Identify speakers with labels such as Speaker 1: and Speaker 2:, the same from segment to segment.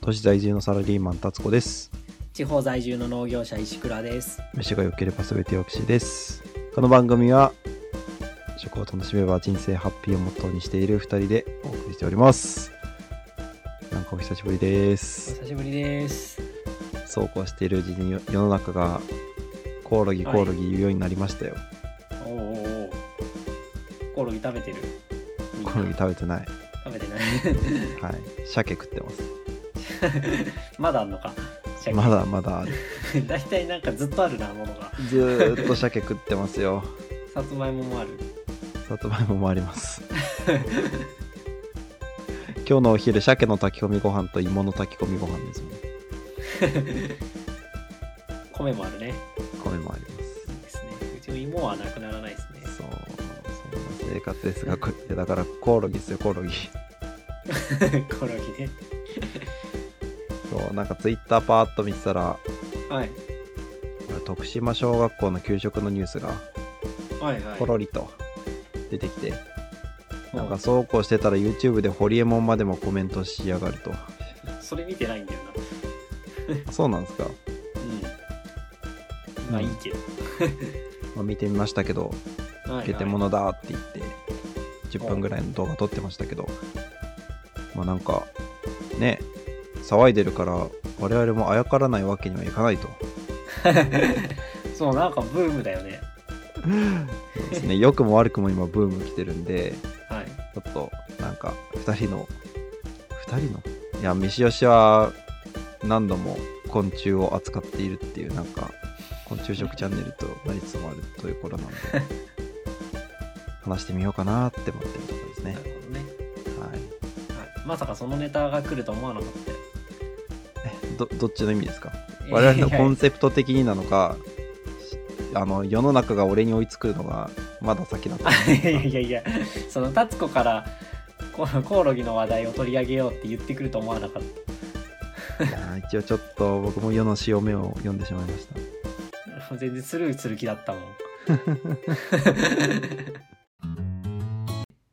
Speaker 1: 都市在住のサラリーマン達子です
Speaker 2: 地方在住の農業者石倉です。
Speaker 1: 飯が良ければ全てよくしですこの番組は食を楽しめば人生ハッピーをモットーにしている2人でお送りしておりますなんかお久しぶりで
Speaker 2: お
Speaker 1: す
Speaker 2: 久しぶりです。
Speaker 1: そうこうしているうちに世世の中がコオロギコオロギ言うようになりましたよ、
Speaker 2: おおおーおー。コオロギ食べてる。みんな
Speaker 1: コオロギ食べてない
Speaker 2: 食べてない。
Speaker 1: はい鮭食ってます
Speaker 2: まだあんのか。鮭
Speaker 1: ま。だまだある
Speaker 2: 大体なんかずっとあるなものが。
Speaker 1: ずーっと鮭食ってますよ
Speaker 2: さつまいももある。
Speaker 1: さつまいももあります今日のお昼鮭の炊き込みご飯と芋の炊き込みご飯ですもん
Speaker 2: 米もあるね。
Speaker 1: 米もありま
Speaker 2: いいですね。うちの芋はなくならないですね。
Speaker 1: すそうそんな生活ですがこれだからコオロギですよコオロギ
Speaker 2: コオロギね。
Speaker 1: そうなんかツイッターパーッと見てたら
Speaker 2: はい。
Speaker 1: 徳島小学校の給食のニュースが
Speaker 2: はいはい。
Speaker 1: ポ
Speaker 2: ロ
Speaker 1: ロリと出てきて、なんかそうこうしてたら YouTube でホリエモンまでもコメントしやがると
Speaker 2: それ見てないんだよ
Speaker 1: そうなんですか、
Speaker 2: な。うん。まあいいけど。
Speaker 1: まあ、見てみましたけど
Speaker 2: はいは
Speaker 1: ゲ
Speaker 2: い
Speaker 1: テモノだって言って10分ぐらいの動画撮ってましたけどまあなんかね騒いでるから我々もあやからないわけにはいかないと
Speaker 2: そうなんかブームだよね。
Speaker 1: そうです ね良くも悪くも今ブーム来てるんで
Speaker 2: はい。
Speaker 1: ちょっとなんか2人の2人のいや飯吉は何度も昆虫を扱っているっていうなんか昆虫食チャンネルとなりつつもあるという 頃なんで話してみようかなって思ってるところです
Speaker 2: な
Speaker 1: ね
Speaker 2: る。ほどね。
Speaker 1: はい
Speaker 2: はい、まさかそのネタが来ると思わなかっ
Speaker 1: どどっちの意味ですか
Speaker 2: たよ。
Speaker 1: 我々のコン
Speaker 2: セ
Speaker 1: セプト的になのかしあの世の中が俺に追いつくのがまだ先だと思
Speaker 2: いやいやいや、そのタツコからココオロギの話題を取り上げようって言ってくると思わなかっ
Speaker 1: ういやー一応ちょっと僕も世の潮目を読んでしまいました
Speaker 2: た。全然スルーする気 だったもん。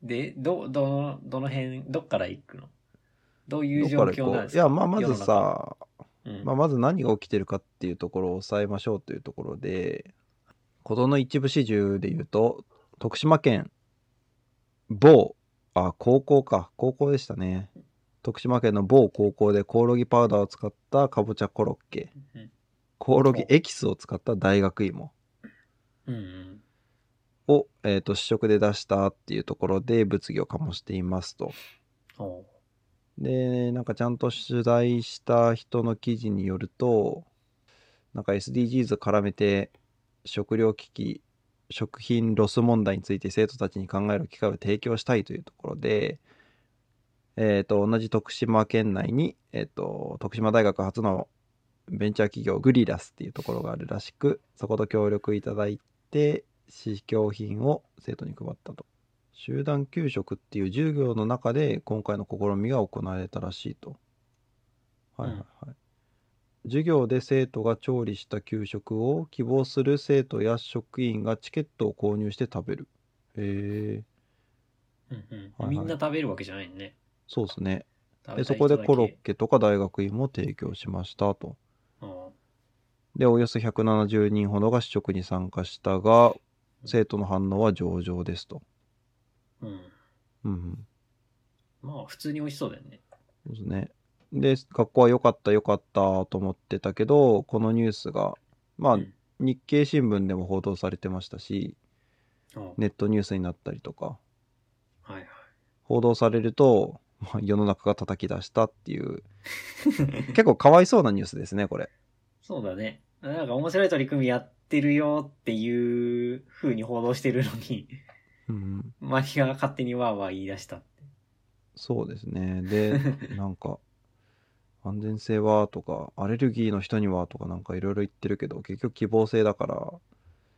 Speaker 2: で、ど、どの、どの辺、どっから行くのどういう
Speaker 1: ど
Speaker 2: 状
Speaker 1: こから行
Speaker 2: 況
Speaker 1: こ
Speaker 2: なん
Speaker 1: うい
Speaker 2: です
Speaker 1: や
Speaker 2: か
Speaker 1: まあまずさ、
Speaker 2: うん
Speaker 1: まあ、まず何が起きてるかっていうところを抑えましょうというところで事の一部始終で言うと徳島県某あ高校か高校でしたね徳島県の某高校でコオロギパウダーを使ったかぼちゃコロッケ
Speaker 2: うん
Speaker 1: コオロギエキスを使った大学芋
Speaker 2: うんうん
Speaker 1: を、えー、と試食で出したっていうところで物議を醸していますと。
Speaker 2: おう
Speaker 1: でなんかちゃんと取材した人の記事によるとなんか SDGs 絡めて食料危機食品ロス問題について生徒たちに考える機会を提供したいというところで、えー、と同じ徳島県内に、えー、と徳島大学初のベンチャー企業グリラスっていうところがあるらしくそこと協力いただいて試供品を生徒に配ったと。集団給食っていう授業の中で今回の試みが行われたらしいと。はいはいはい。授業で生徒が調理した給食を希望する生徒や職員がチケットを購入して食べる。へえ、
Speaker 2: うんうん
Speaker 1: はいはい
Speaker 2: みんな食べるわけじゃないのね。
Speaker 1: そうですね。
Speaker 2: 食
Speaker 1: で、
Speaker 2: べた
Speaker 1: そ
Speaker 2: い
Speaker 1: こ
Speaker 2: 人だ
Speaker 1: で
Speaker 2: け
Speaker 1: コロッケとか大学院も提供しましたと。
Speaker 2: うん
Speaker 1: で、およそ170人ほどが試食に参加したが、生徒の反応は上々ですと。
Speaker 2: うん。
Speaker 1: うんうん。
Speaker 2: まあ普通に美味しそうだよね。
Speaker 1: そうですね。で、学校は良かった良かったと思ってたけど、このニュースが、まあ
Speaker 2: う、ん
Speaker 1: 日経新聞でも報道されてましたし、
Speaker 2: うん
Speaker 1: ネットニュースになったりとか、
Speaker 2: はいはい。
Speaker 1: 報道されると、まあ、世の中が叩き出したって いう、結構かわいそうなニュースですね、これ。
Speaker 2: そうだね。なんか面白い取り組みやってるよっていう風に報道してるのに、
Speaker 1: うん、
Speaker 2: マリアが勝手にわーわー言い出したって。
Speaker 1: そうですね。 で、なんか、安全性はとか、アレルギーの人にはとか、なんかいろいろ言ってるけど、結局希望性だから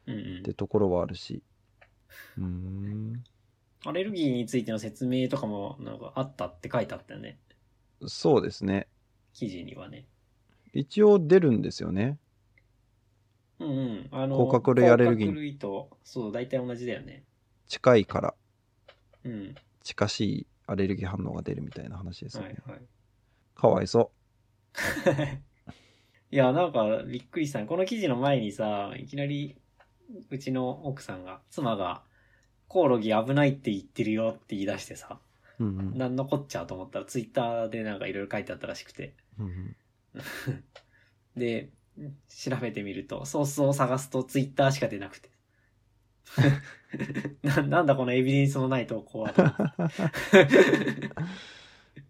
Speaker 2: うんう
Speaker 1: っ
Speaker 2: ん
Speaker 1: てところはあるし。うーん
Speaker 2: アレルギーについての説明とかもなんかあったって書いてあったよね。
Speaker 1: そうですね。
Speaker 2: 記事にはね。
Speaker 1: 一応出るんですよね。
Speaker 2: うんうん。あの、
Speaker 1: 甲殻類アレルギー
Speaker 2: 甲殻類と、そう、大体同じだよね。
Speaker 1: 近いから
Speaker 2: うん。
Speaker 1: 近しいアレルギー反応が出るみたいな話です
Speaker 2: は
Speaker 1: よ
Speaker 2: い
Speaker 1: ね。
Speaker 2: はい。
Speaker 1: かわいそ
Speaker 2: いや、なんかびっくりしたね。この記事の前にさ、いきなりうちの奥さんが、妻が、コオロギ危ないって言ってるよって言い出してさ、
Speaker 1: うんうん
Speaker 2: なんのこっちゃと思ったらツイッターでなんかいろいろ書いてあったらしくて。
Speaker 1: うんうん
Speaker 2: で、調べてみると、ソースを探すとツイッターしか出なく て。 ななんだこのエビデンスのない投稿は と思って。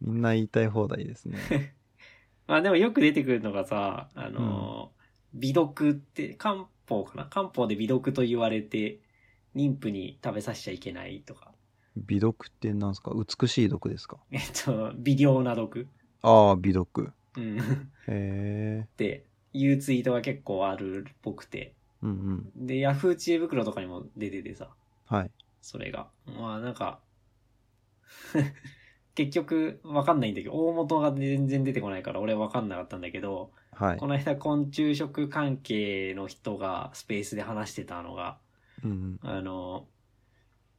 Speaker 1: みんな言いたい放題ですね。
Speaker 2: まあでもよく出てくるのがさ、あのー、微毒って、漢方かな漢方で微毒と言われて、妊婦に食べさせちゃいけないとか。
Speaker 1: 美毒って何ですか美しい毒ですか
Speaker 2: えっと、微量な毒。
Speaker 1: ああ、美毒。
Speaker 2: うん。 っ
Speaker 1: へえ。
Speaker 2: ていうツイートが結構あるっぽくて。
Speaker 1: うんうん。
Speaker 2: で、ヤフー知恵袋とかにも出ててさ、
Speaker 1: はい。
Speaker 2: それが。まあなんか、結局わかんないんだけど、大元が全然出てこないから俺わかんなかったんだけど、
Speaker 1: はい
Speaker 2: こ。の間昆虫食関係の人がスペースで話してたのが、
Speaker 1: うん
Speaker 2: あの、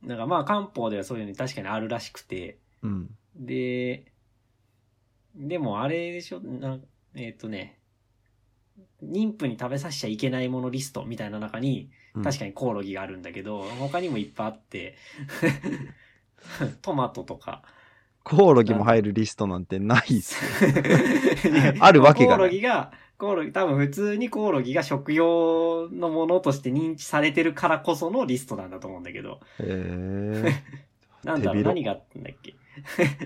Speaker 2: なんかまあ漢方ではそういうの確かにあるらしくて、
Speaker 1: うん。うん。
Speaker 2: で、でもあれでしょ、なえっ、とね、妊婦に食べさせちゃいけないものリストみたいな中に、
Speaker 1: うん
Speaker 2: 確かにコオロギがあるんだけど、他にもいっぱいあって、 トマト とか。
Speaker 1: コオロギも入るリストなんてないっ す。
Speaker 2: いや
Speaker 1: あるわけがない
Speaker 2: コオロギが、コオロギ、多分普通にコオロギが食用のものとして認知されてるからこそのリストなんだと思うんだけど。
Speaker 1: へえ。
Speaker 2: なんだろ
Speaker 1: 手
Speaker 2: う、
Speaker 1: 広
Speaker 2: 何があったんだっけ。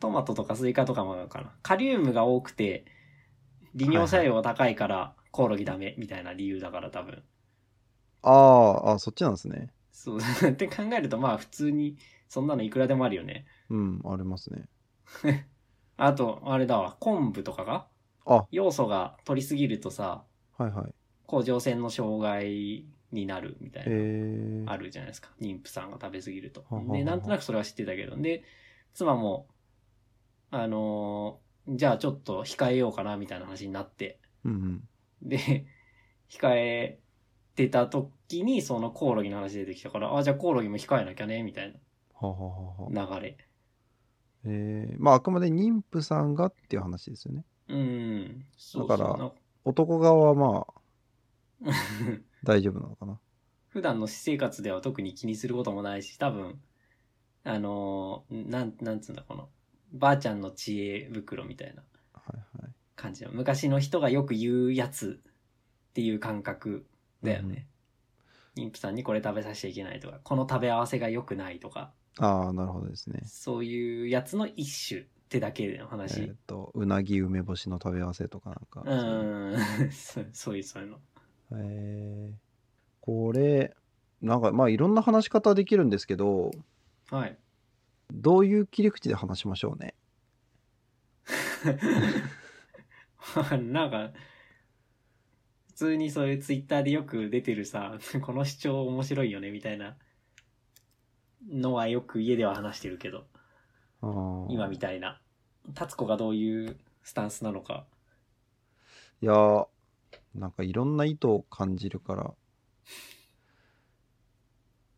Speaker 2: トマトとかスイカとかもあるのかな。カリウムが多くて、利尿作用が高いから、コオロギダメみたいな理由だから多分。
Speaker 1: ああ、あそっちなんですね。
Speaker 2: そう、 って考えるとまあ普通に、そんなのいくらでもあるよね。
Speaker 1: うん、ありますね。
Speaker 2: あと、あれだわ、昆布とかが
Speaker 1: あ、
Speaker 2: 要素が取りすぎるとさ、
Speaker 1: はいはい。
Speaker 2: 甲状腺の障害になるみたい
Speaker 1: へ
Speaker 2: な、
Speaker 1: え。
Speaker 2: あるじゃないですか。妊婦さんが食べすぎると
Speaker 1: はは。は
Speaker 2: で、なんとなくそれは知ってたけど、で、妻も、あのーじゃあちょっと控えようかなみたいな話になって、
Speaker 1: うん
Speaker 2: で、控えてた時にそのコオロギの話出てきたから、あ、じゃあコオロギも控えなきゃね、みたい
Speaker 1: うん。はははは。
Speaker 2: な流れ。
Speaker 1: ええ。まあ、あくまで妊婦さんがっていう話ですよね。
Speaker 2: うん、そう
Speaker 1: だから男側はまあ、
Speaker 2: ら、
Speaker 1: 大丈夫なのかな。
Speaker 2: 普段の私生活では特に気にすることもないし、多分、あのーなん、なんつうんだ、この、ばあちゃんの知恵袋みたいな
Speaker 1: はいはい。
Speaker 2: 感じの、昔の人がよく言うやつっていう感覚だよね。妊婦さんにこれ食べさせちゃいけないとか、この食べ合わせが良くないとか、
Speaker 1: ああ、なるほどですね。
Speaker 2: そういうやつの一種ってだけの
Speaker 1: えっ、
Speaker 2: 話。
Speaker 1: と、うなぎ梅干しの食べ合わせとかなんか。
Speaker 2: うーん、 そうそういう、そういうの。
Speaker 1: えーこれなんかまあいろんな話し方できるんですけど
Speaker 2: はい。
Speaker 1: どういう切り口で話しましょうね
Speaker 2: なんか、普通にそういうツイッターでよく出てるさ、 この主張面白いよねみたいなのはよく家では話してるけど、
Speaker 1: あー
Speaker 2: 今みたいな。タツコがどういうスタンスなのか。
Speaker 1: いやーなんかいろんな意図を感じるから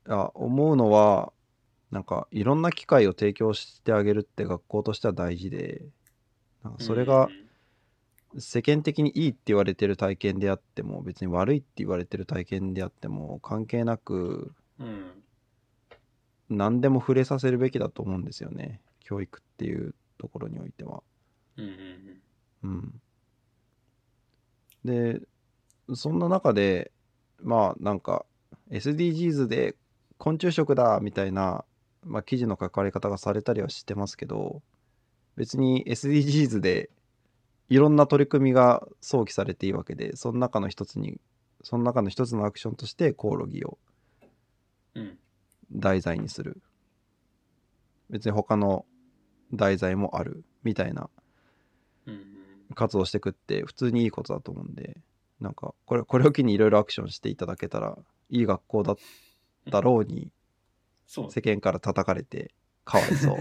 Speaker 1: いや思うのはなんかいろんな機会を提供してあげるって学校としては大事でなんかそれが世間的にいいって言われてる体験であっても別に悪いって言われてる体験であっても関係なく
Speaker 2: うん、うん。
Speaker 1: 何でも触れさせるべきだと思うんですよね教育っていうところにおいては。
Speaker 2: うん。うん
Speaker 1: うん、でそんな中でまあなんか SDGs で昆虫食だみたいな、まあ、記事の書かれ方がされたりはしてますけど別に SDGs でいろんな取り組みが想起されていいわけでその中の一つにその中の一つのアクションとしてコオロギを
Speaker 2: うん。うん。
Speaker 1: 題材にする別に他の題材もあるみたいな
Speaker 2: うんうん。
Speaker 1: 活動してくって普通にいいことだと思うんでなんかこれこれを機にいろいろアクションしていただけたらいい学校だったろうに
Speaker 2: そう。
Speaker 1: 世間から叩かれてかわいそう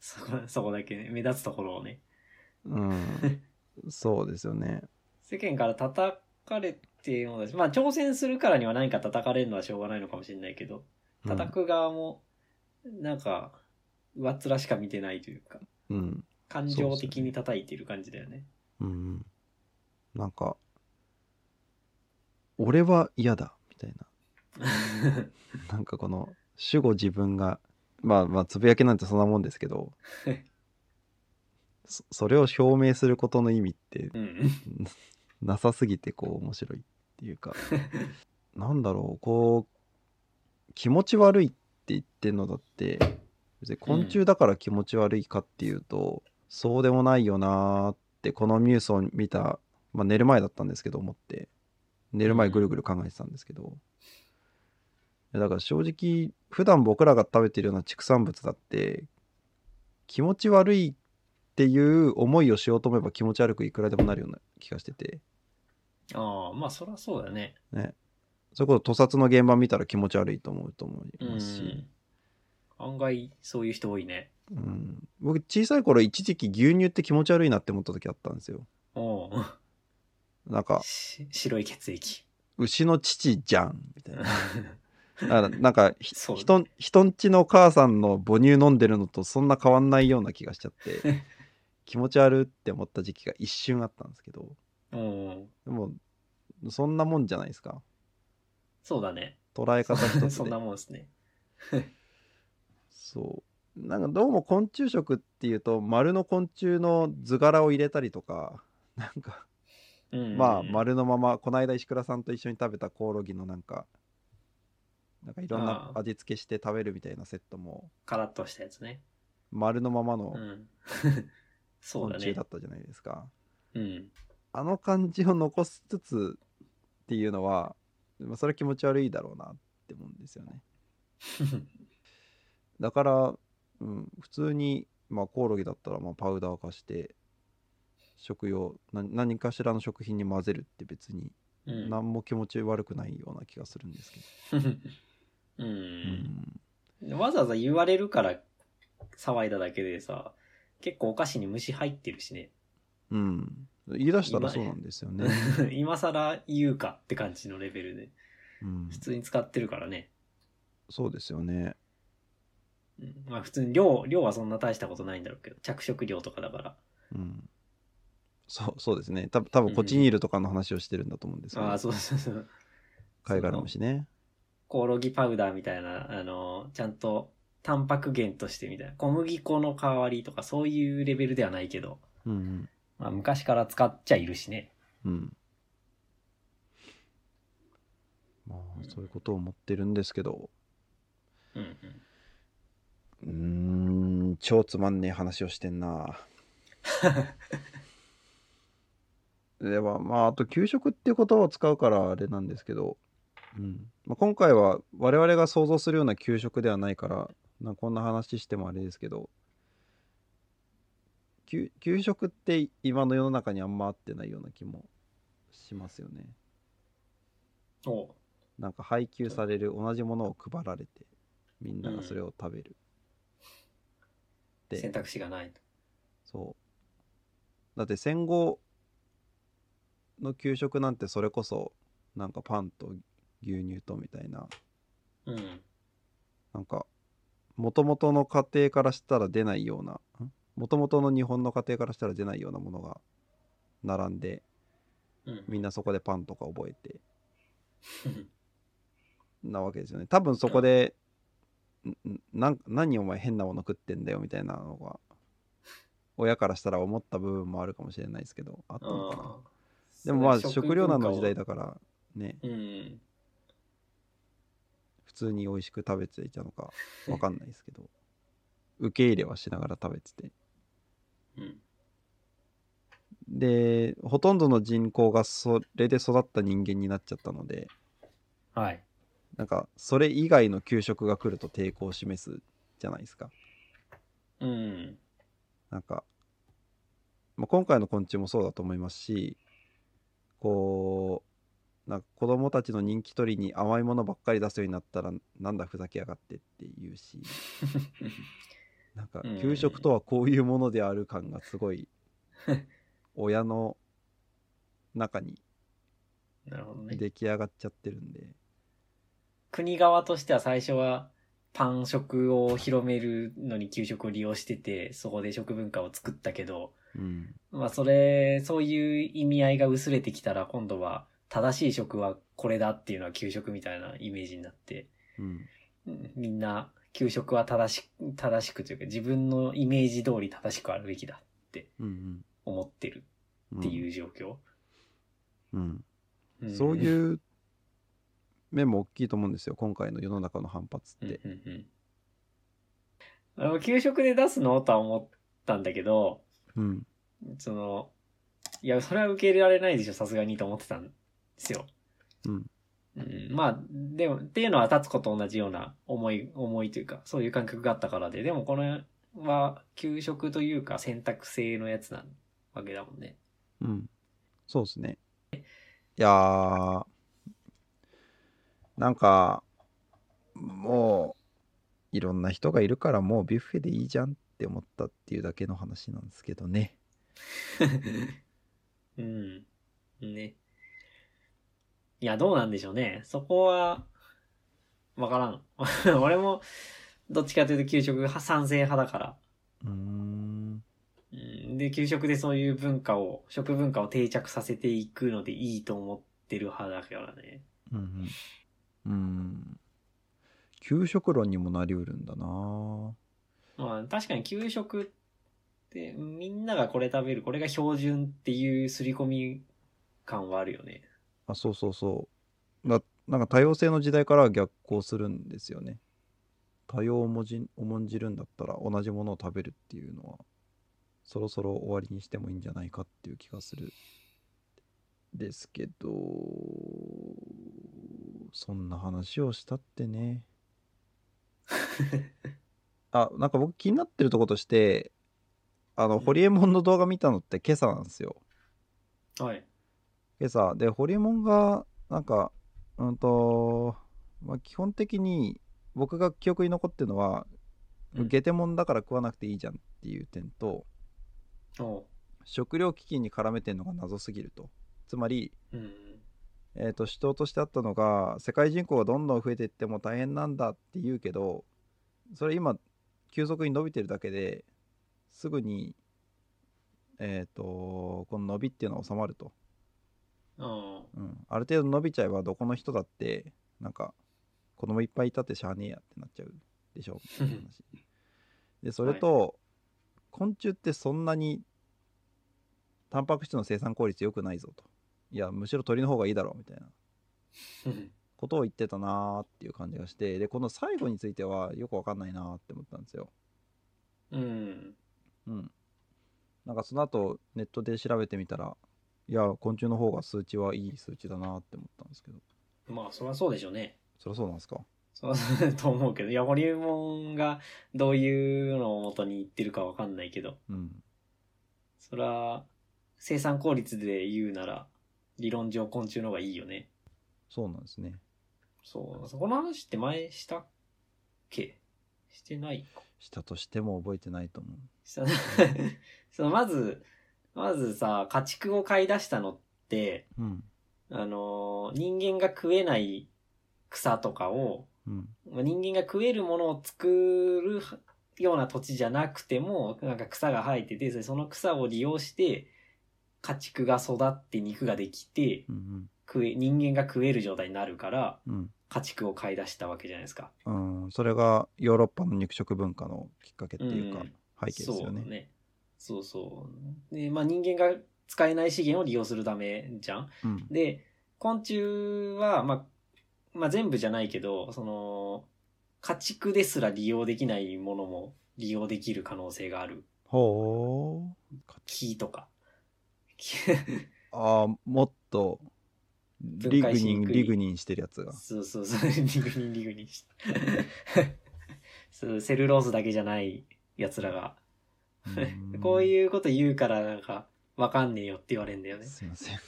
Speaker 2: そこ、そこだけね。目立つところをね。
Speaker 1: うんそうですよね
Speaker 2: 世間から叩かれてもだし、まあ挑戦するからには何か叩かれるのはしょうがないのかもしれないけど、
Speaker 1: うん
Speaker 2: 叩く側も、なんか、上っ面しか見てないというか、
Speaker 1: うん
Speaker 2: 感情的に叩いてる感じだよね。
Speaker 1: うん。なんか、俺は嫌だ、みたいな。なんかこの主語自分がまあまあつぶやきなんてそんなもんですけ ど
Speaker 2: はい
Speaker 1: そそれを証明することの意味って
Speaker 2: うん。
Speaker 1: なさすぎてこう面白いっていうか なんだろうこう気持ち悪いって言ってんのだって別に昆虫だから気持ち悪いかっていうと、そうでもないよなーってこのニュースを見た、まあ、寝る前だったんですけど思って寝る前ぐるぐる考えてたんですけど、いやだから正直普段僕らが食べてるような畜産物だって気持ち悪いっていう思いをしようと思えば気持ち悪くいくらでもなるような気がしてて。
Speaker 2: ああ、まあそりゃそうだね。
Speaker 1: ね、それこそ屠殺の現場見たら気持ち悪いと思うと思いうますし
Speaker 2: ん、。案外そういう人多いね。
Speaker 1: うん僕小さい頃一時期牛乳って気持ち悪いなって思った時あったんですよ
Speaker 2: おう
Speaker 1: なんか
Speaker 2: し白い血 液。
Speaker 1: 牛の父じゃんみたいなだからなんかひ
Speaker 2: そうね
Speaker 1: 人ん人んちのお母さんの母乳飲んでるのとそんな変わんないような気がしちゃって 気持ち悪って思った時期が一瞬あったんですけど
Speaker 2: うん。
Speaker 1: でもそんなもんじゃないですか
Speaker 2: そうだね。
Speaker 1: 捉え方一つ
Speaker 2: そん
Speaker 1: で
Speaker 2: なもんですね。
Speaker 1: そうなんかどうも昆虫食っていうと丸の昆虫の図柄を入れたりとか なんか
Speaker 2: うん。
Speaker 1: まあ
Speaker 2: ま
Speaker 1: 丸のままこの間石倉さんと一緒に食べたコオロギのなんかなんかいろんな
Speaker 2: ああ
Speaker 1: 味付けして食べるみたいなセットも
Speaker 2: カラッとしたやつね。
Speaker 1: 丸のままの
Speaker 2: うん。 そ
Speaker 1: 昆
Speaker 2: うだ
Speaker 1: 虫
Speaker 2: ね
Speaker 1: だ。ったじゃないですか、
Speaker 2: うん。
Speaker 1: あの感じを残しつつっていうのはまあそれは気持ち悪いだろうなって思うんですよねだから、うん、普通に、まあ、コオロギだったら、まあ、パウダー化して食用な何かしらの食品に混ぜるって別に
Speaker 2: うん。
Speaker 1: 何も気持ち悪くないような気がするんですけど、う
Speaker 2: う。
Speaker 1: んん
Speaker 2: わざわざ言われるから騒いだだけでさ、結構お菓子に虫入ってるしね。
Speaker 1: うん言い出したらそうなんですよね、
Speaker 2: 今更言うかって感じのレベルで。
Speaker 1: うん、
Speaker 2: 普通に使ってるからね。
Speaker 1: そうですよね
Speaker 2: うんまあ普通に量、量はそんな大したことないんだろうけど、着色料とかだから。
Speaker 1: うんそうそうですね多分多分コチニールとかの話をしてるんだと思うんですけど、
Speaker 2: ああ、そうそうそう。
Speaker 1: 貝殻虫ね
Speaker 2: コオロギパウダーみたいな、あの、ちゃんと、タンパク源としてみたいな。小麦粉の代わりとか、そういうレベルではないけど、
Speaker 1: うん
Speaker 2: まあ昔から使っちゃいるしね。
Speaker 1: うん、うん、まあそういうことを思ってるんですけど、
Speaker 2: うんうん。
Speaker 1: うーん、超つまんねえ話をしてんな。では、まあ、あと、給食っていう言葉を使うからあれなんですけど、うんまあ、今回は我々が想像するような給食ではないから、まあこんな話してもあれですけど、給給食って今の世の中にあんま合ってないような気もしますよね。
Speaker 2: おう
Speaker 1: なんか配給される同じものを配られて、みんながそれを食べる。で
Speaker 2: 選択肢がないと。
Speaker 1: そう。だって戦後の給食なんてそれこそなんかパンと牛乳とみたいな
Speaker 2: うん。
Speaker 1: なんか元々の家庭からしたら出ないような元々の日本の家庭からしたら出ないようなものが並んで
Speaker 2: うん。
Speaker 1: みんなそこでパンとか覚えて
Speaker 2: うん
Speaker 1: なわけですよね多分そこでんんなん何お前変なもの食ってんだよみたいなのが親からしたら思った部分もあるかもしれないですけどあったのかな
Speaker 2: ああ
Speaker 1: でもまあ
Speaker 2: それ
Speaker 1: 食糧難の時代
Speaker 2: 文
Speaker 1: だからね
Speaker 2: 化をうん。
Speaker 1: 普通に美味しく食べていたのかわかんないですけど受け入れはしながら食べてて
Speaker 2: うん。
Speaker 1: でほとんどの人口がそれで育った人間になっちゃったので
Speaker 2: はい。
Speaker 1: なんかそれ以外の給食が来ると抵抗を示すじゃないですか
Speaker 2: うん。
Speaker 1: なんか、まあ、今回の昆虫もそうだと思いますしこうなんか子供たちの人気取りに甘いものばっかり出すようになったらなんだふざけやがってって言うしなんか
Speaker 2: うん
Speaker 1: 給食とはこういうものである感がすごい親の中 に
Speaker 2: なるほどね。
Speaker 1: 出来上がっちゃってるんで
Speaker 2: 国側としては最初はパン食を広めるのに給食を利用してて、そこで食文化を作ったけど、
Speaker 1: うん。
Speaker 2: まあそれ、そういう意味合いが薄れてきたら今度は正しい食はこれだっていうのは給食みたいなイメージになって、
Speaker 1: うん。
Speaker 2: うんみんな給食は正し、正しくというか自分のイメージ通り正しくあるべきだ
Speaker 1: うん。
Speaker 2: 思ってる
Speaker 1: うん。
Speaker 2: っていう状況。
Speaker 1: うん。そう
Speaker 2: うん。
Speaker 1: いう面も大きいと思うんですよ。今回の世の中の反発
Speaker 2: う
Speaker 1: っ
Speaker 2: ん
Speaker 1: て。
Speaker 2: うんうんあの給食で出すのとは思ったんだけど、
Speaker 1: うん。
Speaker 2: その、いや、それは受け入れられないでしょ、さすがにと思ってたんですよ。
Speaker 1: うん。
Speaker 2: うん、まあ、でも、っていうのは、立つこと同じような思い、思いというか、そういう感覚があったからで、でもこれは、給食というか選択制のやつなわけだもんね。
Speaker 1: うん。そうですね。いやー、なんか、もう、いろんな人がいるからもうビュッフェでいいじゃんって思ったっていうだけの話なんですけどね。
Speaker 2: うん。ね。いや、どうなんでしょうね。そこは、わからん。俺 も、どっちかというと給食派賛成派だから。
Speaker 1: うーん。
Speaker 2: うんで、給食でそういう文化を、食文化を定着させていくのでいいと思ってる派だからね。
Speaker 1: うんうん。うん。給食論にもなりうるんだな
Speaker 2: まあ、確かに給食って、みんながこれ食べる、これが標準っていう刷り込み感はあるよね。
Speaker 1: あ、そうそうそう。ななんか多様性の時代からは逆行するんですよね。多様を重んじ重んじるんだったら同じものを食べるっていうのはそろそろ終わりにしてもいいんじゃないかっていう気がするですけどそんな話をしたってねあなんか僕気になってるとことしてあのホリエモンの動画見たのって今朝なんですよ
Speaker 2: はい。
Speaker 1: 今朝でホリエモンがなんかうんと、まあ、基本的に僕が記憶に残ってるのは、
Speaker 2: うん
Speaker 1: ゲテモンだから食わなくていいじゃんっていう点と
Speaker 2: おう。
Speaker 1: 食料危機に絡めてるのが謎すぎるとつまり、
Speaker 2: うん。
Speaker 1: えーと主張としてあったのが世界人口がどんどん増えていっても大変なんだって言うけどそれ今急速に伸びてるだけですぐにえっ、とこの伸びっていうのは収まると
Speaker 2: おう。
Speaker 1: うん、ある程度伸びちゃえばどこの人だってなんか子供いっぱいいたってしゃあねえやってなっちゃうでしょみたいな話でそれと、昆虫ってそんなにタンパク質の生産効率良くないぞといやむしろ鳥の方がいいだろうみたいなことを言ってたなーっていう感じがしてでこの最後についてはよくわかんないなーって思ったんですよ
Speaker 2: うん。
Speaker 1: うんなんかその後ネットで調べてみたらいや昆虫の方が数値はいい数値だなーって思ったんですけど
Speaker 2: まあ、そりゃそうでしょうね。
Speaker 1: そりゃそうなんですか
Speaker 2: そうそうと思うけど、いや、ホリエモンがどういうのを元に言ってるかわかんないけど、
Speaker 1: うん
Speaker 2: そりゃ、生産効率で言うなら、理論上昆虫の方がいいよね。
Speaker 1: そうなんですね。
Speaker 2: そう、そこの話って前したっけしてないか。
Speaker 1: したとしても覚えてないと思う。
Speaker 2: した そのまず、まずさ、家畜を買い出したのって、
Speaker 1: うん。
Speaker 2: あのー人間が食えない草とかを、
Speaker 1: うん。
Speaker 2: まあ人間が食えるものを作るような土地じゃなくても、なんか草が生えてて、それその草を利用して、家畜が育って肉ができて、
Speaker 1: うん。
Speaker 2: 食え、人間が食える状態になるから、
Speaker 1: うん。
Speaker 2: 家畜を買い出したわけじゃないですか。
Speaker 1: うん。それがヨーロッパの肉食文化のきっかけっていうか
Speaker 2: うん、
Speaker 1: 背景ですよ
Speaker 2: そう
Speaker 1: ね。
Speaker 2: ね。そうそう。で、まあ人間が使えない資源を利用するためじゃん。
Speaker 1: うん。
Speaker 2: で、昆虫は、まあ、まあ全部じゃないけど、その、家畜ですら利用できないものも利用できる可能性がある。
Speaker 1: ほ
Speaker 2: 木とか。木
Speaker 1: う。ああ、もっと、リ
Speaker 2: 分
Speaker 1: グ
Speaker 2: 解し
Speaker 1: ニン、
Speaker 2: にくい
Speaker 1: リグニンしてるやつが。
Speaker 2: そうそうそう、リグニンリグニンしたそうセルロースだけじゃない奴らが。 こう
Speaker 1: う
Speaker 2: いうこと言うからなんか、わかんねえよって言われんだよ
Speaker 1: ーん。
Speaker 2: ね。
Speaker 1: すいません。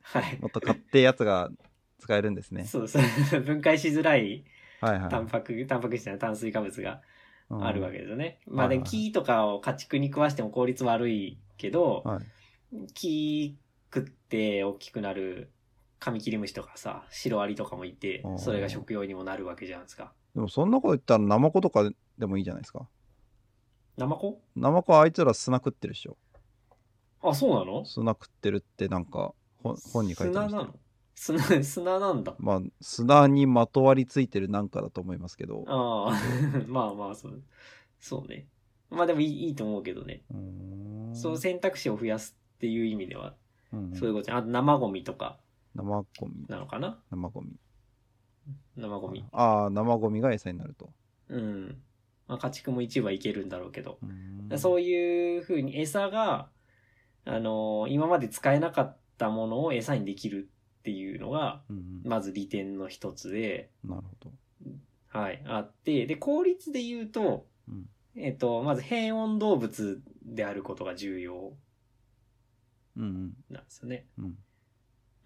Speaker 2: はい。
Speaker 1: もっと買ってやつが使えるんですね。
Speaker 2: そうそう。分解しづらい
Speaker 1: はいは
Speaker 2: タン
Speaker 1: い。
Speaker 2: パク、タンパク質じゃない炭水化物があるわ
Speaker 1: で
Speaker 2: けですよね。
Speaker 1: うん
Speaker 2: まあ
Speaker 1: はい
Speaker 2: で、
Speaker 1: はい
Speaker 2: 木とかを家畜に食わしても効率悪いけど、
Speaker 1: はい。
Speaker 2: 木食って大きくなるカミキリムシとかさ、シロアリとかもいて
Speaker 1: う、ん
Speaker 2: それが食用にもなるわけじゃないですか。
Speaker 1: でもそんなこと言ったらナマコとかでもいいじゃないですか。
Speaker 2: ナマコ
Speaker 1: ナマコはあいつら砂食ってるでしょ
Speaker 2: あ、そうなの
Speaker 1: 砂食ってるってなんか本本に書いてま
Speaker 2: 砂
Speaker 1: した
Speaker 2: な
Speaker 1: よ
Speaker 2: の砂、砂なんだ。
Speaker 1: まあ砂にまとわりついてるなんかだと思いますけど
Speaker 2: ああ、 まあまあ、そう。そうね。まあでもいいいいと思うけどね。
Speaker 1: うーん
Speaker 2: その選択肢を増やすっていう意味では、
Speaker 1: うん
Speaker 2: そういうことじゃん。あと生ゴミとか
Speaker 1: 生ゴミ
Speaker 2: なのかな
Speaker 1: 生ゴミ
Speaker 2: 生ゴミ。
Speaker 1: ああ生ゴミが餌になると
Speaker 2: うん。まあ家畜も一部はいけるんだろうけど。
Speaker 1: うーん
Speaker 2: そういうふうに餌が、あのー今まで使えなかったものを餌にできるっていうのが、
Speaker 1: うんうん
Speaker 2: まず利点の一つで、
Speaker 1: なるほど
Speaker 2: はい、あって、で、効率で言うと、
Speaker 1: うん
Speaker 2: えっと、まず変温動物であることが重要
Speaker 1: うん
Speaker 2: なんですよね。
Speaker 1: うん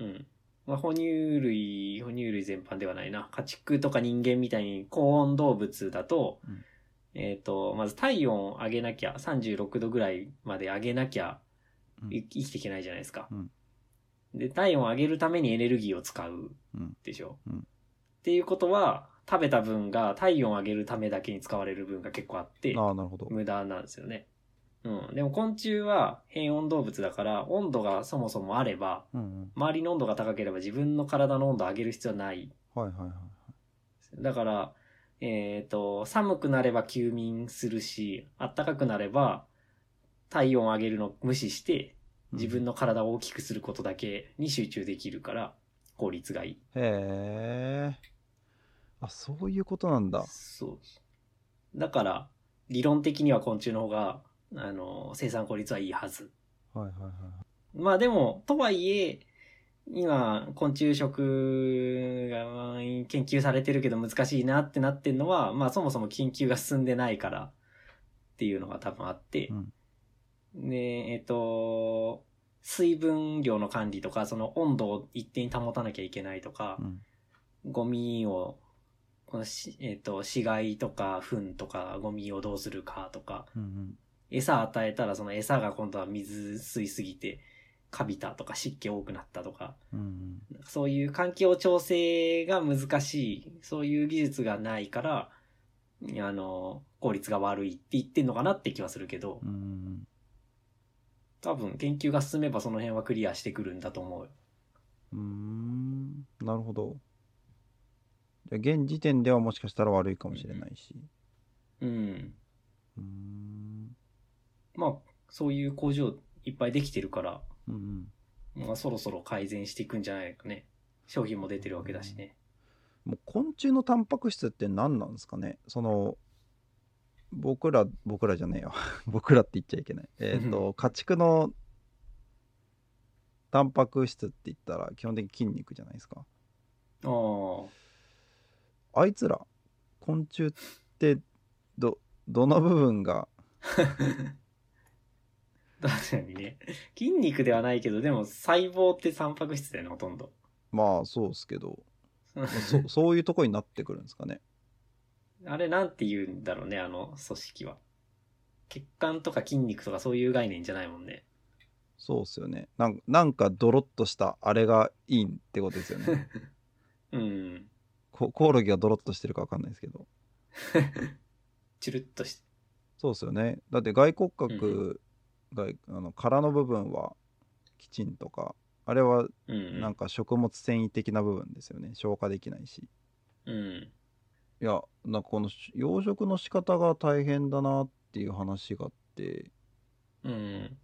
Speaker 1: うん
Speaker 2: うん。まあ、哺乳類、哺乳類全般ではないな。家畜とか人間みたいに高温動物だと、
Speaker 1: うん
Speaker 2: えっと、まず体温を上げなきゃ、36度ぐらいまで上げなきゃ、
Speaker 1: うん
Speaker 2: い生きていけないじゃないですか。
Speaker 1: うん
Speaker 2: で、体温を上げるためにエネルギーを使う
Speaker 1: うん
Speaker 2: でしょ。
Speaker 1: うん
Speaker 2: っていうことは、食べた分が体温を上げるためだけに使われる分が結構あって、
Speaker 1: ああなるほど
Speaker 2: 無駄なんですよね。うん。でも昆虫は変温動物だから、温度がそもそもあれば、
Speaker 1: うんうん
Speaker 2: 周りの温度が高ければ自分の体の温度を上げる必要はない。
Speaker 1: はいはいはい
Speaker 2: だから、えっ、と、寒くなれば休眠するし、暖かくなれば体温を上げるのを無視して自分
Speaker 1: の
Speaker 2: の体を大きくすることだけに集中できるから効率がいい。
Speaker 1: へえあそういうことなんだ
Speaker 2: そう。だから、理論的には昆虫の方が、あの、生産効率はいいはず。
Speaker 1: はいはいはい
Speaker 2: まあでも、とはいえ、今、昆虫食がまあ研究されてるけど難しいなってなってるのは、まあそもそも研究が進んでないからっていうのが多分あって、
Speaker 1: うん
Speaker 2: で、えっと、水分量の管理とか、その温度を一定に保たなきゃいけないとか、
Speaker 1: うん
Speaker 2: ゴミを、このし、えっ、と、死骸とか、糞とか、ゴミをどうするかとか、
Speaker 1: うんうん
Speaker 2: 餌与えたらその餌が今度は水吸いすぎて、カビたとか湿気多くなったとか、
Speaker 1: うんうん
Speaker 2: なんかそういう環境調整が難しい、そういう技術がないから、あの、効率が悪いって言ってんのかなって気はするけど
Speaker 1: う、ん
Speaker 2: 多分研究が進めばその辺はクリアしてくるんだと思う。
Speaker 1: うーんなるほどじゃあ現時点ではもしかしたら悪いかもしれないし
Speaker 2: うん。
Speaker 1: うーん
Speaker 2: まあ、そういう工場いっぱいできてるから、
Speaker 1: うんうん
Speaker 2: まあそろそろ改善していくんじゃないかね。商品も出てるわけだしね。
Speaker 1: もう昆虫のタンパク質って何なんですかねその僕ら僕らじゃねえよ 僕らって言っちゃいけないえっ、と家畜のタンパク質って言ったら基本的に筋肉じゃないですか
Speaker 2: ああ。
Speaker 1: あいつら昆虫ってどどの部分が
Speaker 2: 確かにね。筋肉ではないけど、でも細胞ってタンパク質だよね、ほとんど。
Speaker 1: まあそうっすけどそそういうとこになってくるんですかね
Speaker 2: あれなんて言うんだろうね、あの組織は。血管とか筋肉とかそういう概念じゃないもん ね。
Speaker 1: そうっすよねなんなんかドロッとしたあれがいいってことですよね
Speaker 2: うん。
Speaker 1: ココオロギがドロッとしてるか分かんないですけど
Speaker 2: チュルッとして。
Speaker 1: そうですよね。だって外骨格
Speaker 2: う
Speaker 1: が、あの殻の部分はきちんとか、あれは
Speaker 2: うん。
Speaker 1: なんか食物繊維的な部分ですよね。消化できないし。
Speaker 2: うん。
Speaker 1: いや、なんかこのし養殖の仕方が大変だなっていう話があって、
Speaker 2: うん。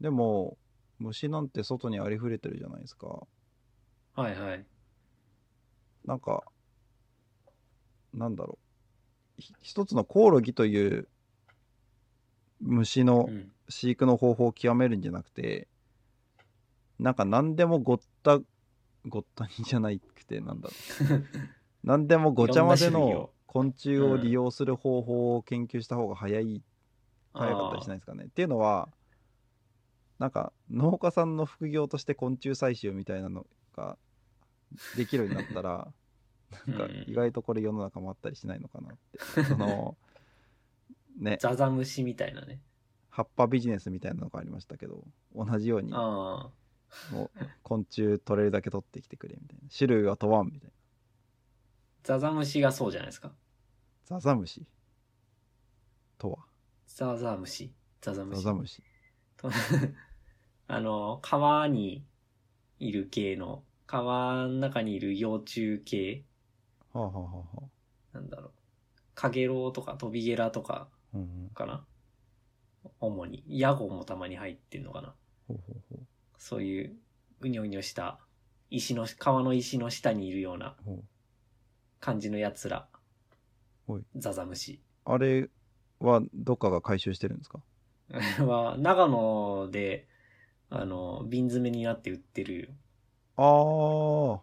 Speaker 1: でも虫なんて外にありふれてるじゃないですか。
Speaker 2: はいはい。
Speaker 1: なんか、なんだろう。ひ一つのコオロギという虫の、
Speaker 2: うん。
Speaker 1: 飼育の方法を極めるんじゃなくてなんか何でもごったごったにじゃなくてなんだろ う何でもごちゃ混ぜ
Speaker 2: いろんな種類
Speaker 1: の
Speaker 2: を
Speaker 1: 昆虫を利用する方法を研究した方が早い、早かったりしない
Speaker 2: い。
Speaker 1: ですかねっていうのはなんか農家さんの副業として昆虫採集みたいなのができるようになった らなんか意外とこれ世の中もあったりしないのかなっ てそのね
Speaker 2: ザザムシみたいなね。
Speaker 1: 葉っぱビジネスみたいなのがありましたけど同じように
Speaker 2: あ
Speaker 1: もう昆虫取れるだけ取ってきてくれみたいな種類は問わんみたいな
Speaker 2: あ。ザザムシがそうじゃないですか。
Speaker 1: ザザムシとは
Speaker 2: ザザムシ。ザザム
Speaker 1: ザ
Speaker 2: シ。
Speaker 1: ザムシ。
Speaker 2: と あの、川にいる系の、川の中にいる幼虫系、
Speaker 1: はあ、はあはあはあ、
Speaker 2: なんだろう。カゲロウとかトビゲラとか
Speaker 1: うんうん。
Speaker 2: かな主に。ヤゴもたまに入ってんのかな
Speaker 1: ほうほうほ
Speaker 2: そういう、うにょうにょした、石の、川の石の下にいるような
Speaker 1: うほう。
Speaker 2: 感じの奴ら
Speaker 1: はい。
Speaker 2: ザザムシ。
Speaker 1: あれはどっかが回収してるんですか
Speaker 2: は、長野で、あの、瓶詰めになって売ってる。
Speaker 1: ああ。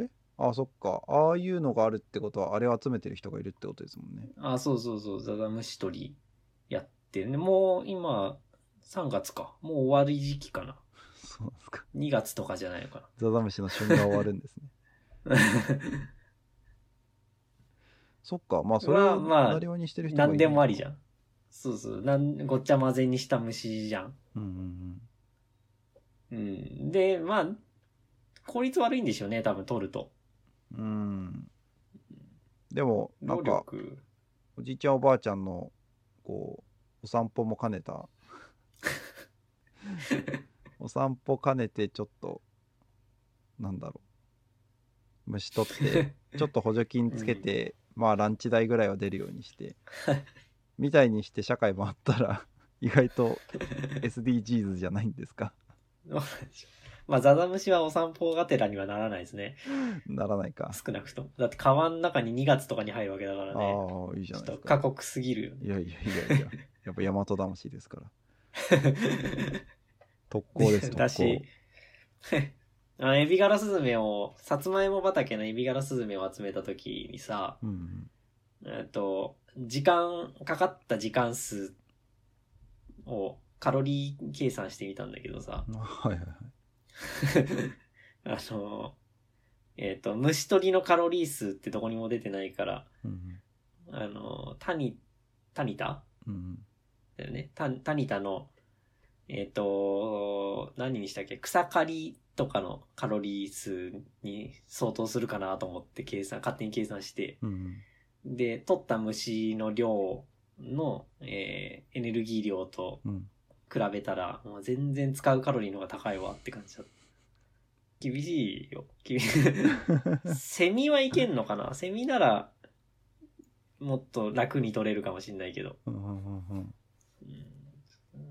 Speaker 1: えあ、そっか。ああいうのがあるってことは、あれを集めてる人がいるってことですもんね。
Speaker 2: あ、そうそうそう、ザザムシ取りやってるね。もう今、3月か。もう終わり時期かな。
Speaker 1: そうなんですか。
Speaker 2: 2月とかじゃないのか
Speaker 1: ザザムシの旬が終わるんですね。
Speaker 2: な。
Speaker 1: そっか。まあ、それ
Speaker 2: ま
Speaker 1: を
Speaker 2: あまあ
Speaker 1: なりわいにしてる人がいる。
Speaker 2: 何でもありじ
Speaker 1: ゃん。
Speaker 2: ゃん。そうそう。なんごっちゃ混ぜにした虫じゃん。
Speaker 1: うんうんうん。
Speaker 2: うん。で、まあ、効率悪いんでしょうね、多分取ると。
Speaker 1: うん。でも、な
Speaker 2: 能
Speaker 1: んか、
Speaker 2: 力。
Speaker 1: おじいちゃんおばあちゃんの、こう、お散歩も兼ね た。お散歩兼ねて、ちょっと、なんだろう。虫取って、ちょっと補助金つけ て、まあ、ランチ代ぐらいは出るようにして、みたいにして社会回ったら、 意外と SDGs じゃないんですか
Speaker 2: まあ、ザザムシはお散歩がてらにはならないですね。
Speaker 1: ならないか。
Speaker 2: 少なくとも。だって川の中に2月とかに入るわけだからね。
Speaker 1: ああ、いいじ
Speaker 2: ち
Speaker 1: ゃ
Speaker 2: ょ
Speaker 1: な
Speaker 2: っ
Speaker 1: いで
Speaker 2: と
Speaker 1: すか
Speaker 2: 過。酷すぎるよね。
Speaker 1: いやいやいやいや、やっぱ大和魂ですから。特攻です、特
Speaker 2: だ
Speaker 1: 攻
Speaker 2: し。、 あエビガラスズメを、さつまいも畑のエビガラスズメを集めた時にさ、
Speaker 1: うんうん、
Speaker 2: えっと、時間、かかった時間数をカロリー計算してみたんだけどさ、
Speaker 1: あはいはいはい。
Speaker 2: あの、えっと、虫取りのカロリー数ってどこにも出てないから、
Speaker 1: うん
Speaker 2: あの、タニ、タニタ
Speaker 1: うんうん
Speaker 2: だよね。タタニタの、えっ、と、何にしたっけ草刈りとかのカロリー数に相当するかなと思って計算、勝手に計算して、
Speaker 1: うんうん
Speaker 2: で、取った虫の量の、えーエネルギー量と
Speaker 1: うん
Speaker 2: 比べたら、もう全然使うカロリーの方が高いわって感じだった。厳しいよ。厳しい。セミはいけんのかなセミなら、もっと楽に取れるかもしんないけど。
Speaker 1: うんうんうん
Speaker 2: うん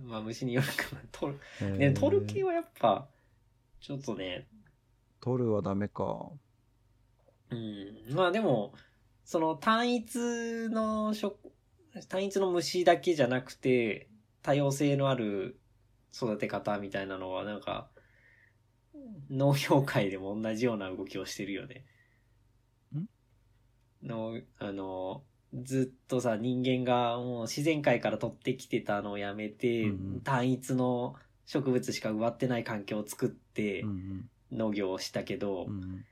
Speaker 2: まあ虫によるかな。取る、
Speaker 1: うん
Speaker 2: ね、取る
Speaker 1: へー
Speaker 2: 系はやっぱ、ちょっとね、
Speaker 1: 取るはダメか。
Speaker 2: うん、まあでも、その単一の食、単一の虫だけじゃなくて、多様性のある育て方みたいなのはなんか、農業界でも同じような動きをしてるよね。
Speaker 1: ん
Speaker 2: の、あの、ずっとさ、人間がもう自然界から取ってきてたのをやめて、
Speaker 1: うんうん
Speaker 2: 単一の植物しか植わってない環境を作って
Speaker 1: うんうん
Speaker 2: 農業をしたけど、
Speaker 1: うん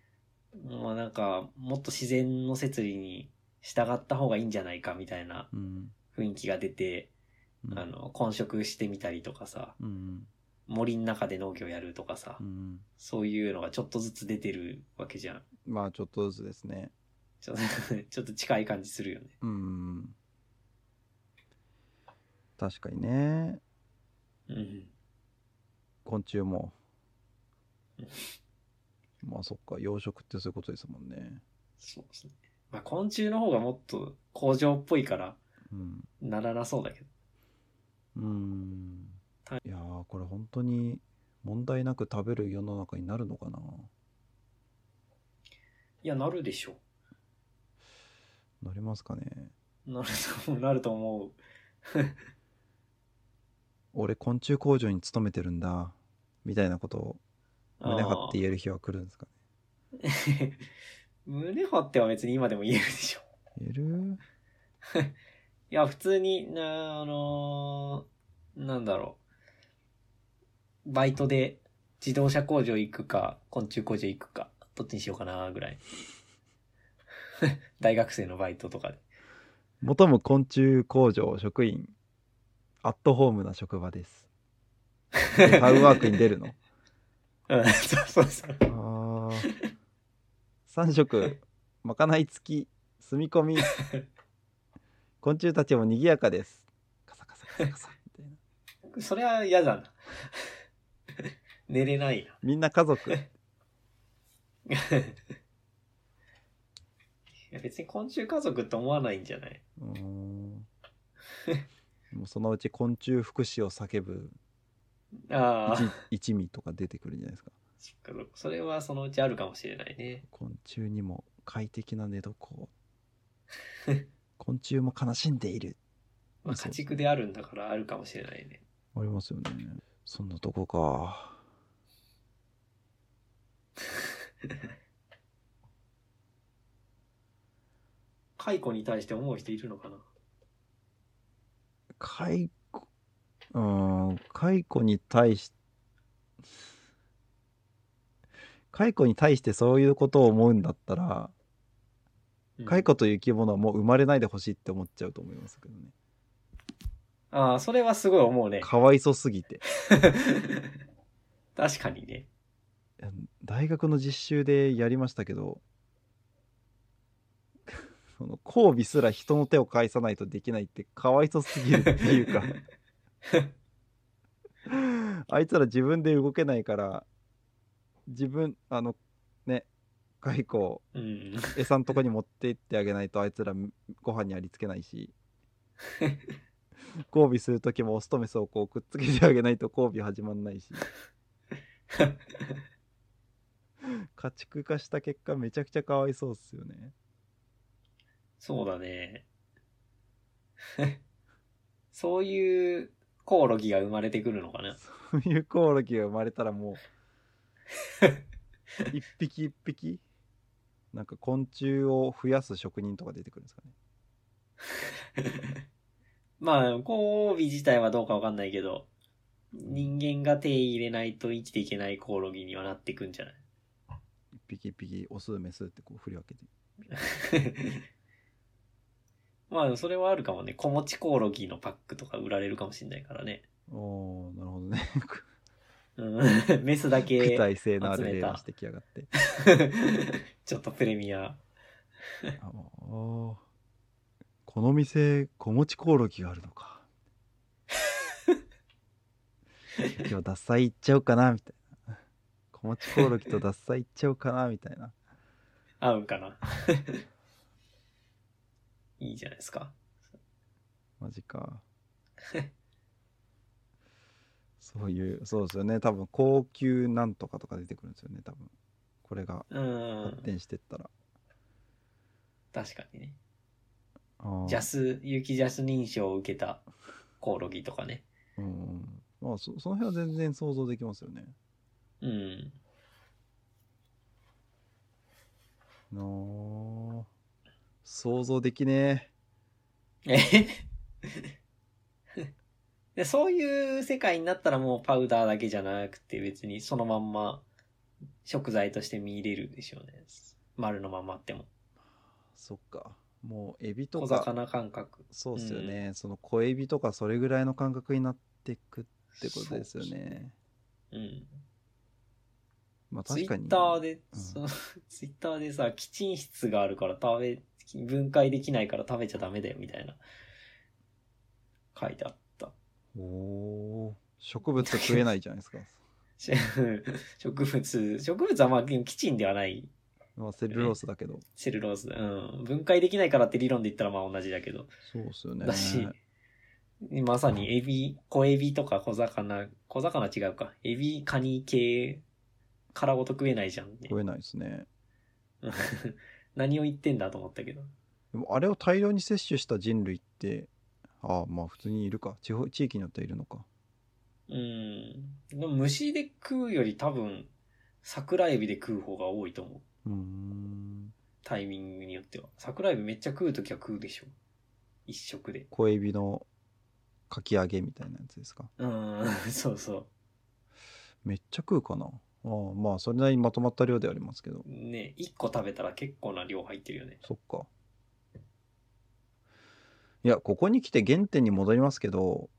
Speaker 1: うん
Speaker 2: まあなんか、もっと自然の摂理に従った方がいいんじゃないかみたいな
Speaker 1: うん
Speaker 2: 雰囲気が出て、
Speaker 1: うん
Speaker 2: あの、混食してみたりとかさ、
Speaker 1: うんうん
Speaker 2: 森の中で農業やるとかさ
Speaker 1: う、ん
Speaker 2: そういうのがちょっとずつ出てるわけじゃん。
Speaker 1: まあちょっとずつですね。
Speaker 2: ちょっと ちょっと近い感じするよね。
Speaker 1: うん確かにね。
Speaker 2: うん。
Speaker 1: 昆虫も。まあそっか養殖ってそういうことですもんね。
Speaker 2: そうですね。まあ昆虫の方がもっと工場っぽいから
Speaker 1: うん
Speaker 2: ならなそうだけど。
Speaker 1: うーんいやーこれ本当に問題なく食べる世の中になるのかない
Speaker 2: や、なるでしょ
Speaker 1: なりますかね
Speaker 2: う。なると思う、なると思う。
Speaker 1: 俺昆虫工場に勤めてるんだみたいなことを胸張って言える日は来るんですかね
Speaker 2: って。 胸張っては別に今でも言えるでしょ。
Speaker 1: 言える
Speaker 2: いや、普通に、なあのーなんだろう。バイトで自動車工場行くか、昆虫工場行くか、どっちにしようかな、ぐらい。 大学生のバイトとかで。
Speaker 1: 求む昆虫工場職員アットホームな職場ですで タウンワークに出るの
Speaker 2: うん、そうそうそう。
Speaker 1: あー3食まかない付き住み込み昆虫たちも賑やかですカサカサカサカサみたいな。
Speaker 2: それは嫌だな。 寝れないな。
Speaker 1: みんな家 族。
Speaker 2: いや別に昆虫家族と思わないんじゃないう
Speaker 1: ーん。もうそのうち昆虫福祉を叫ぶ
Speaker 2: ああ、そっ
Speaker 1: 一一味とか出てくるんじゃないですか。
Speaker 2: かそっかそれはそのうちあるかもしれないね。
Speaker 1: 昆虫にも快適な寝 床を昆虫も悲しんでいる
Speaker 2: まあ、
Speaker 1: そう
Speaker 2: 家畜であるんだからあるかもしれないね。
Speaker 1: ありますよねそんなとこか
Speaker 2: 蚕に対して思う人いるのかな
Speaker 1: 解雇うーん解雇に対し解雇に対してそういうことを思うんだったら
Speaker 2: うん
Speaker 1: 解雇という生き物はもう生まれないでほしいって思っちゃうと思いますけどね
Speaker 2: ああ、それはすごい思うね。
Speaker 1: かわいそすぎて
Speaker 2: 確かにね。
Speaker 1: いや大学の実習でやりましたけど その交尾すら人の手を介さないとできないってかわいそすぎるっていうかあいつら自分で動けないから自分あのね蚕を
Speaker 2: うん。
Speaker 1: 餌のとこに持って行ってあげないとあいつらご飯にありつけないし交尾する時もオスとメスをこうくっつけてあげないと交尾始まんないし家畜化した結果めちゃくちゃかわいそうっすよね
Speaker 2: そうだね。 そういうコオロギが生まれてくるのかな。
Speaker 1: そういうコオロギが生まれたらもう一匹一匹なんか昆虫を増やす職人とか出てくるんですかね
Speaker 2: まあ、交尾自体はどうかわかんないけど、人間が手入れないと生きていけないコオロギにはなってくん じゃない
Speaker 1: 一匹一匹オスメスってこう振り分けて
Speaker 2: まあ、それはあるかもね。子持ちコオロギのパックとか売られるかもしれないからね。
Speaker 1: おーなるほどね
Speaker 2: うん、メスだ
Speaker 1: 具
Speaker 2: け、
Speaker 1: 体性のあ
Speaker 2: 集
Speaker 1: る
Speaker 2: め
Speaker 1: 例
Speaker 2: た
Speaker 1: をしてきやがって
Speaker 2: ちょっとプレミア。
Speaker 1: ああーこの店子持ちコオロギがあるのか今日脱菜行っちゃおうかなみたいな子持ちコオロギと脱菜行っちゃおうかなみたいな
Speaker 2: 合うんかな いいじゃないですか。
Speaker 1: マジかそういうそうですよね多分高級なんとかとか出てくるんですよね多分これが
Speaker 2: う
Speaker 1: 発
Speaker 2: ん。
Speaker 1: 展してったら、
Speaker 2: 確かにね。
Speaker 1: ああ
Speaker 2: ジャス、有機ジャス認証を受けたコオロギとかね。
Speaker 1: うんうんまあそその辺は全然想像できますよね
Speaker 2: うん。
Speaker 1: なあ想像できね
Speaker 2: え へでそういう世界になったらもうパウダーだけじゃなくて別にそのまんま食材として見入れるでしょうね。丸のままあって
Speaker 1: え
Speaker 2: も。
Speaker 1: そっかもうエビと
Speaker 2: 小
Speaker 1: か
Speaker 2: 魚感覚。
Speaker 1: そうっすよね、その小エビとかそれぐらいの感覚になってくってことですよね
Speaker 2: うん。
Speaker 1: まあ
Speaker 2: ツイ
Speaker 1: 確かに
Speaker 2: ッターで、
Speaker 1: うん
Speaker 2: その ツイッターでさ、基沈室があるから食べ、分解できないから食べちゃダメだよみたいな、書いてあった。
Speaker 1: おお植物食えないじゃない ですか
Speaker 2: し植物、植物はまあ、でも基沈ではない。
Speaker 1: まあセルロースだけど
Speaker 2: セルロース。うん。分解できないからって理論で言ったらまあ同じだけど。
Speaker 1: そうっすよね
Speaker 2: だし、まさにエビ、小エビとか小魚、小魚違うか。エビ、カニ系、殻ごと食えないじゃん、ね。
Speaker 1: 食えないですね
Speaker 2: うん 何を言ってんだと思ったけど。
Speaker 1: でもあれを大量に摂取した人類ってああまあ普通にいるか地方地域によってはいるのか
Speaker 2: うん。でも虫で食うより多分、桜エビで食う方が多いと思
Speaker 1: う
Speaker 2: う。
Speaker 1: ーん
Speaker 2: タイミングによっては。桜エビめっちゃ食うときは食うでしょ。一食で。
Speaker 1: 小エビのかき揚げみたいなやつですか
Speaker 2: うん、 そうそ
Speaker 1: めっちゃ食うかなああまあそれなりにまとまった量ではありますけど
Speaker 2: う。ね、一個食べたら結構な量入ってるよね。
Speaker 1: そっかいやここに来て原点に戻りますけど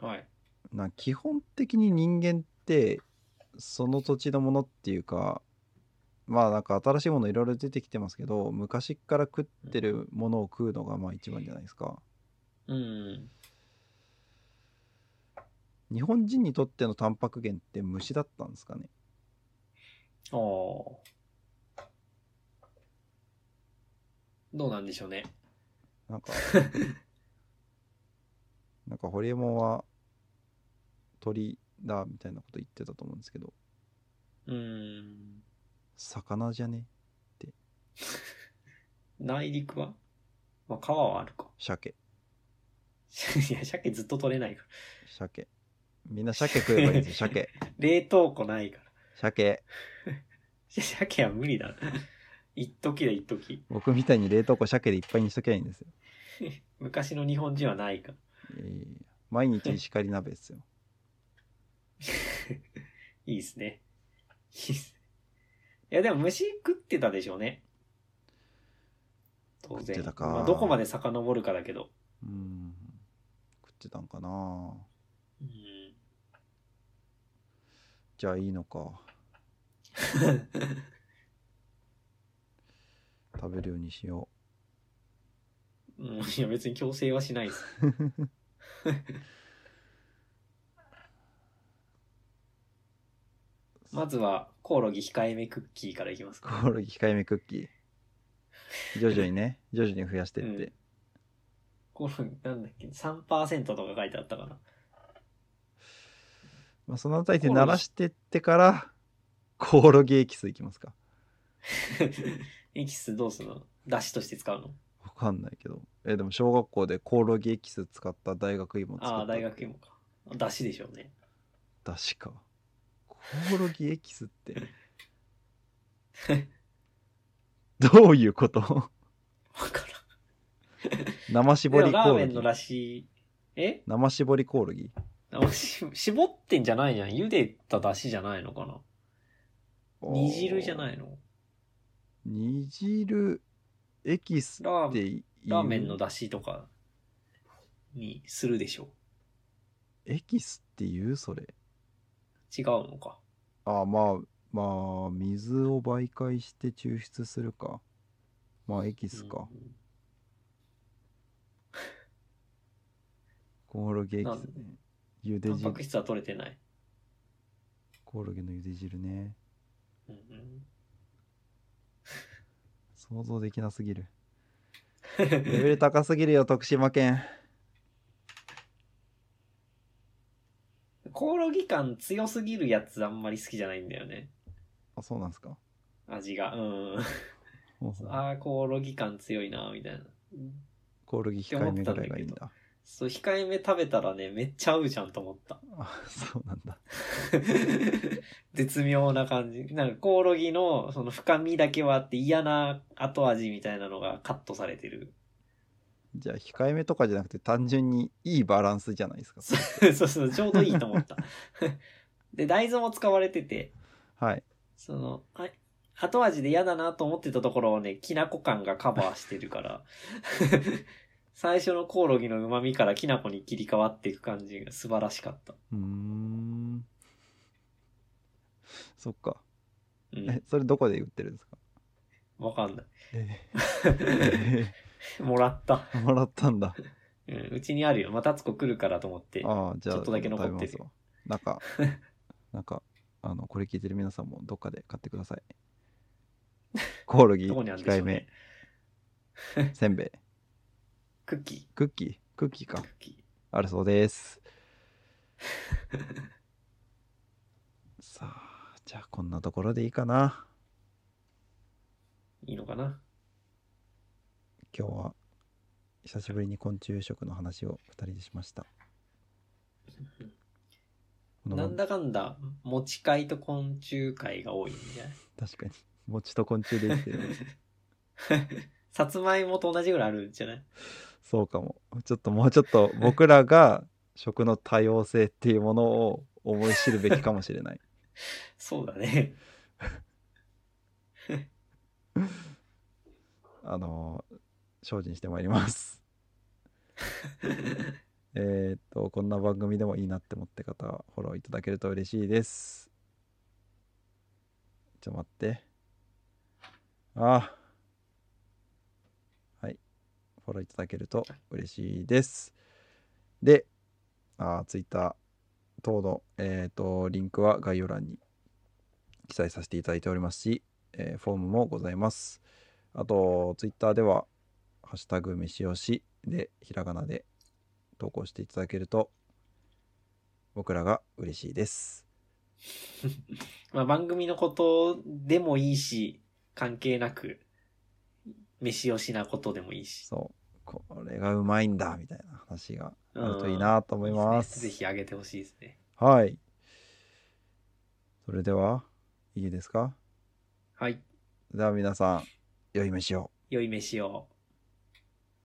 Speaker 2: はい。
Speaker 1: な基本的に人間ってその土地のものっていうかまあなんか新しいものいろいろ出てきてますけど昔から食ってるものを食うのがまあ一番じゃないですか
Speaker 2: うん。
Speaker 1: 日本人にとってのタンパク源って虫だったんですかね
Speaker 2: ああ。どうなんでしょうね。
Speaker 1: なん かなんかホリエモンは鳥だみたいなこと言ってたと思うんですけど
Speaker 2: うーん。
Speaker 1: 魚じゃね
Speaker 2: 内陸はまあ、川はあるか。
Speaker 1: 鮭
Speaker 2: いや、鮭ずっと取れないか
Speaker 1: 鮭みんな鮭食えばいいんです よ鮭
Speaker 2: ら。冷凍庫ないから。
Speaker 1: 鮭
Speaker 2: いや 鮭は無理だ な。一時だ、一時。
Speaker 1: 僕みたいに冷凍庫鮭でいっぱいにしときゃいいんですよ、
Speaker 2: 昔の日本人はないか。
Speaker 1: いやいやいや毎日石狩鍋ですよ
Speaker 2: いいですね。いいっすね。いや、でも虫食ってたでしょうね。当然。
Speaker 1: 食ってたか
Speaker 2: まあ、どこまで遡るかだけど。
Speaker 1: うん食ってたんかな
Speaker 2: うん。
Speaker 1: じゃあいいのか食べるようにしよ
Speaker 2: うんいや、別に強制はし ないです。まずは、コオロギ控えめクッキーからいきます
Speaker 1: う
Speaker 2: か。
Speaker 1: コオロギ控えめクッキー徐々にね徐々に増やしてって、
Speaker 2: うんコオロギ、なんだっけ、3%とか書いてあったかな。
Speaker 1: まあ、そのあたりで慣らしてってからコオロギエキスいきますか
Speaker 2: エキスどうするの出汁として使うの
Speaker 1: わかんないけどえでも小学校でコオロギエキス使った大学芋作った
Speaker 2: ああ、大学芋か。出汁でしょうね。
Speaker 1: 確かコオロギエキスって どういうこと
Speaker 2: わからん。
Speaker 1: 生絞
Speaker 2: で
Speaker 1: り
Speaker 2: も
Speaker 1: コ
Speaker 2: ラー
Speaker 1: オ
Speaker 2: メ
Speaker 1: ロ
Speaker 2: ンの
Speaker 1: ギ
Speaker 2: だし、え
Speaker 1: 生絞りコオロギ
Speaker 2: あし絞ってんじゃないじゃん。茹でた出汁じゃないのかな。煮汁じゃ
Speaker 1: い
Speaker 2: ないの
Speaker 1: 煮汁エキス
Speaker 2: ラー
Speaker 1: っ
Speaker 2: メ
Speaker 1: て
Speaker 2: ン、
Speaker 1: いう
Speaker 2: ラーメンの出汁とかにするでしょ
Speaker 1: エキスっていうそれ
Speaker 2: 違うのか。
Speaker 1: ああまあまあ水を媒介して抽出するかまあエキスか、
Speaker 2: うん
Speaker 1: コオロギエキスね茹で
Speaker 2: タンパ
Speaker 1: 汁
Speaker 2: ク質は取れてない。
Speaker 1: コオロギの茹で汁ね
Speaker 2: うんうん
Speaker 1: 想像できなすぎるレ ベル高すぎるよ徳島県
Speaker 2: コオロギ感強すぎるやつあんまり好きじゃないんだよね。
Speaker 1: あそうなんですか
Speaker 2: 味が。うん。
Speaker 1: ほうほう
Speaker 2: ああ、コオロギ感強いな、みたいな。
Speaker 1: コオロギ控えめぐらいがいいんだ
Speaker 2: そう、控えめ食べたらね、めっちゃ合うじゃんと思った。
Speaker 1: あそうなんだ
Speaker 2: 絶妙な感じ。なんかコオロギのその深みだけはあって嫌な後味みたいなのがカットされてる。
Speaker 1: じゃあ控えめとかじゃなくて単純にいいバランスじゃないですか
Speaker 2: そう そうそう、ちょうどいいと思った。 で、大豆も使われてて、
Speaker 1: はい
Speaker 2: その、あ後味で嫌だなと思ってたところをね、きなこ感がカバーしてるから、 最初のコオロギの旨味からきなこに切り替わっていく感じが素晴らしかった。
Speaker 1: うーんそっか
Speaker 2: う
Speaker 1: え
Speaker 2: ん。
Speaker 1: それどこで売ってるんですか
Speaker 2: わかんない。
Speaker 1: え ー
Speaker 2: もらった。
Speaker 1: もらったんだ
Speaker 2: うんうちにあるよ。またつこ来るからと思って。
Speaker 1: ああじゃあ
Speaker 2: ちょっとだけ残ってる
Speaker 1: 食べますわなんか なんかあのこれ聞いてる皆さんもどっかで買ってくださいコオロギ
Speaker 2: どこにあるんで
Speaker 1: 控
Speaker 2: し
Speaker 1: え
Speaker 2: ょうね
Speaker 1: め。せんべい
Speaker 2: クッキー。
Speaker 1: クッキークッキーか
Speaker 2: クッキ
Speaker 1: あるそうです さあじゃあこんなところでいいかな
Speaker 2: ー。いいのかな
Speaker 1: 今日は久しぶりに昆虫食の話を2人でしましたこの
Speaker 2: なんだかんだ、持ち会と昆虫会が多いんじゃない
Speaker 1: 確かに餅と昆虫で生きてる
Speaker 2: さつまいもと同じぐらいあるんじゃない
Speaker 1: そうかもちょっともうちょっと僕らが食の多様性っていうものを思い知るべきかもしれない
Speaker 2: そうだね。
Speaker 1: あの精進してまいりますえーっとこんな番組でもいいなって思って方フォローいただけると嬉しいですちょっと待ってあはいフォローいただけると嬉しいですであツイッター等の、えー、とリンクは概要欄に記載させていただいておりますし、えーフォームもございます。あと、ツイッターでは、ハッシュタグ飯よしで、ひらがなで投稿していただけると、僕らが嬉しいです。
Speaker 2: まあ、番組のことでもいいし、関係なく、飯をしなことでもいいし。
Speaker 1: そう。これがうまいんだ、みたいな話があるといい
Speaker 2: と
Speaker 1: なと思います。
Speaker 2: ぜひあげてほしいですね。
Speaker 1: はい。それでは、いいですか
Speaker 2: はい。
Speaker 1: では皆さん、良い飯を。
Speaker 2: 良い飯を。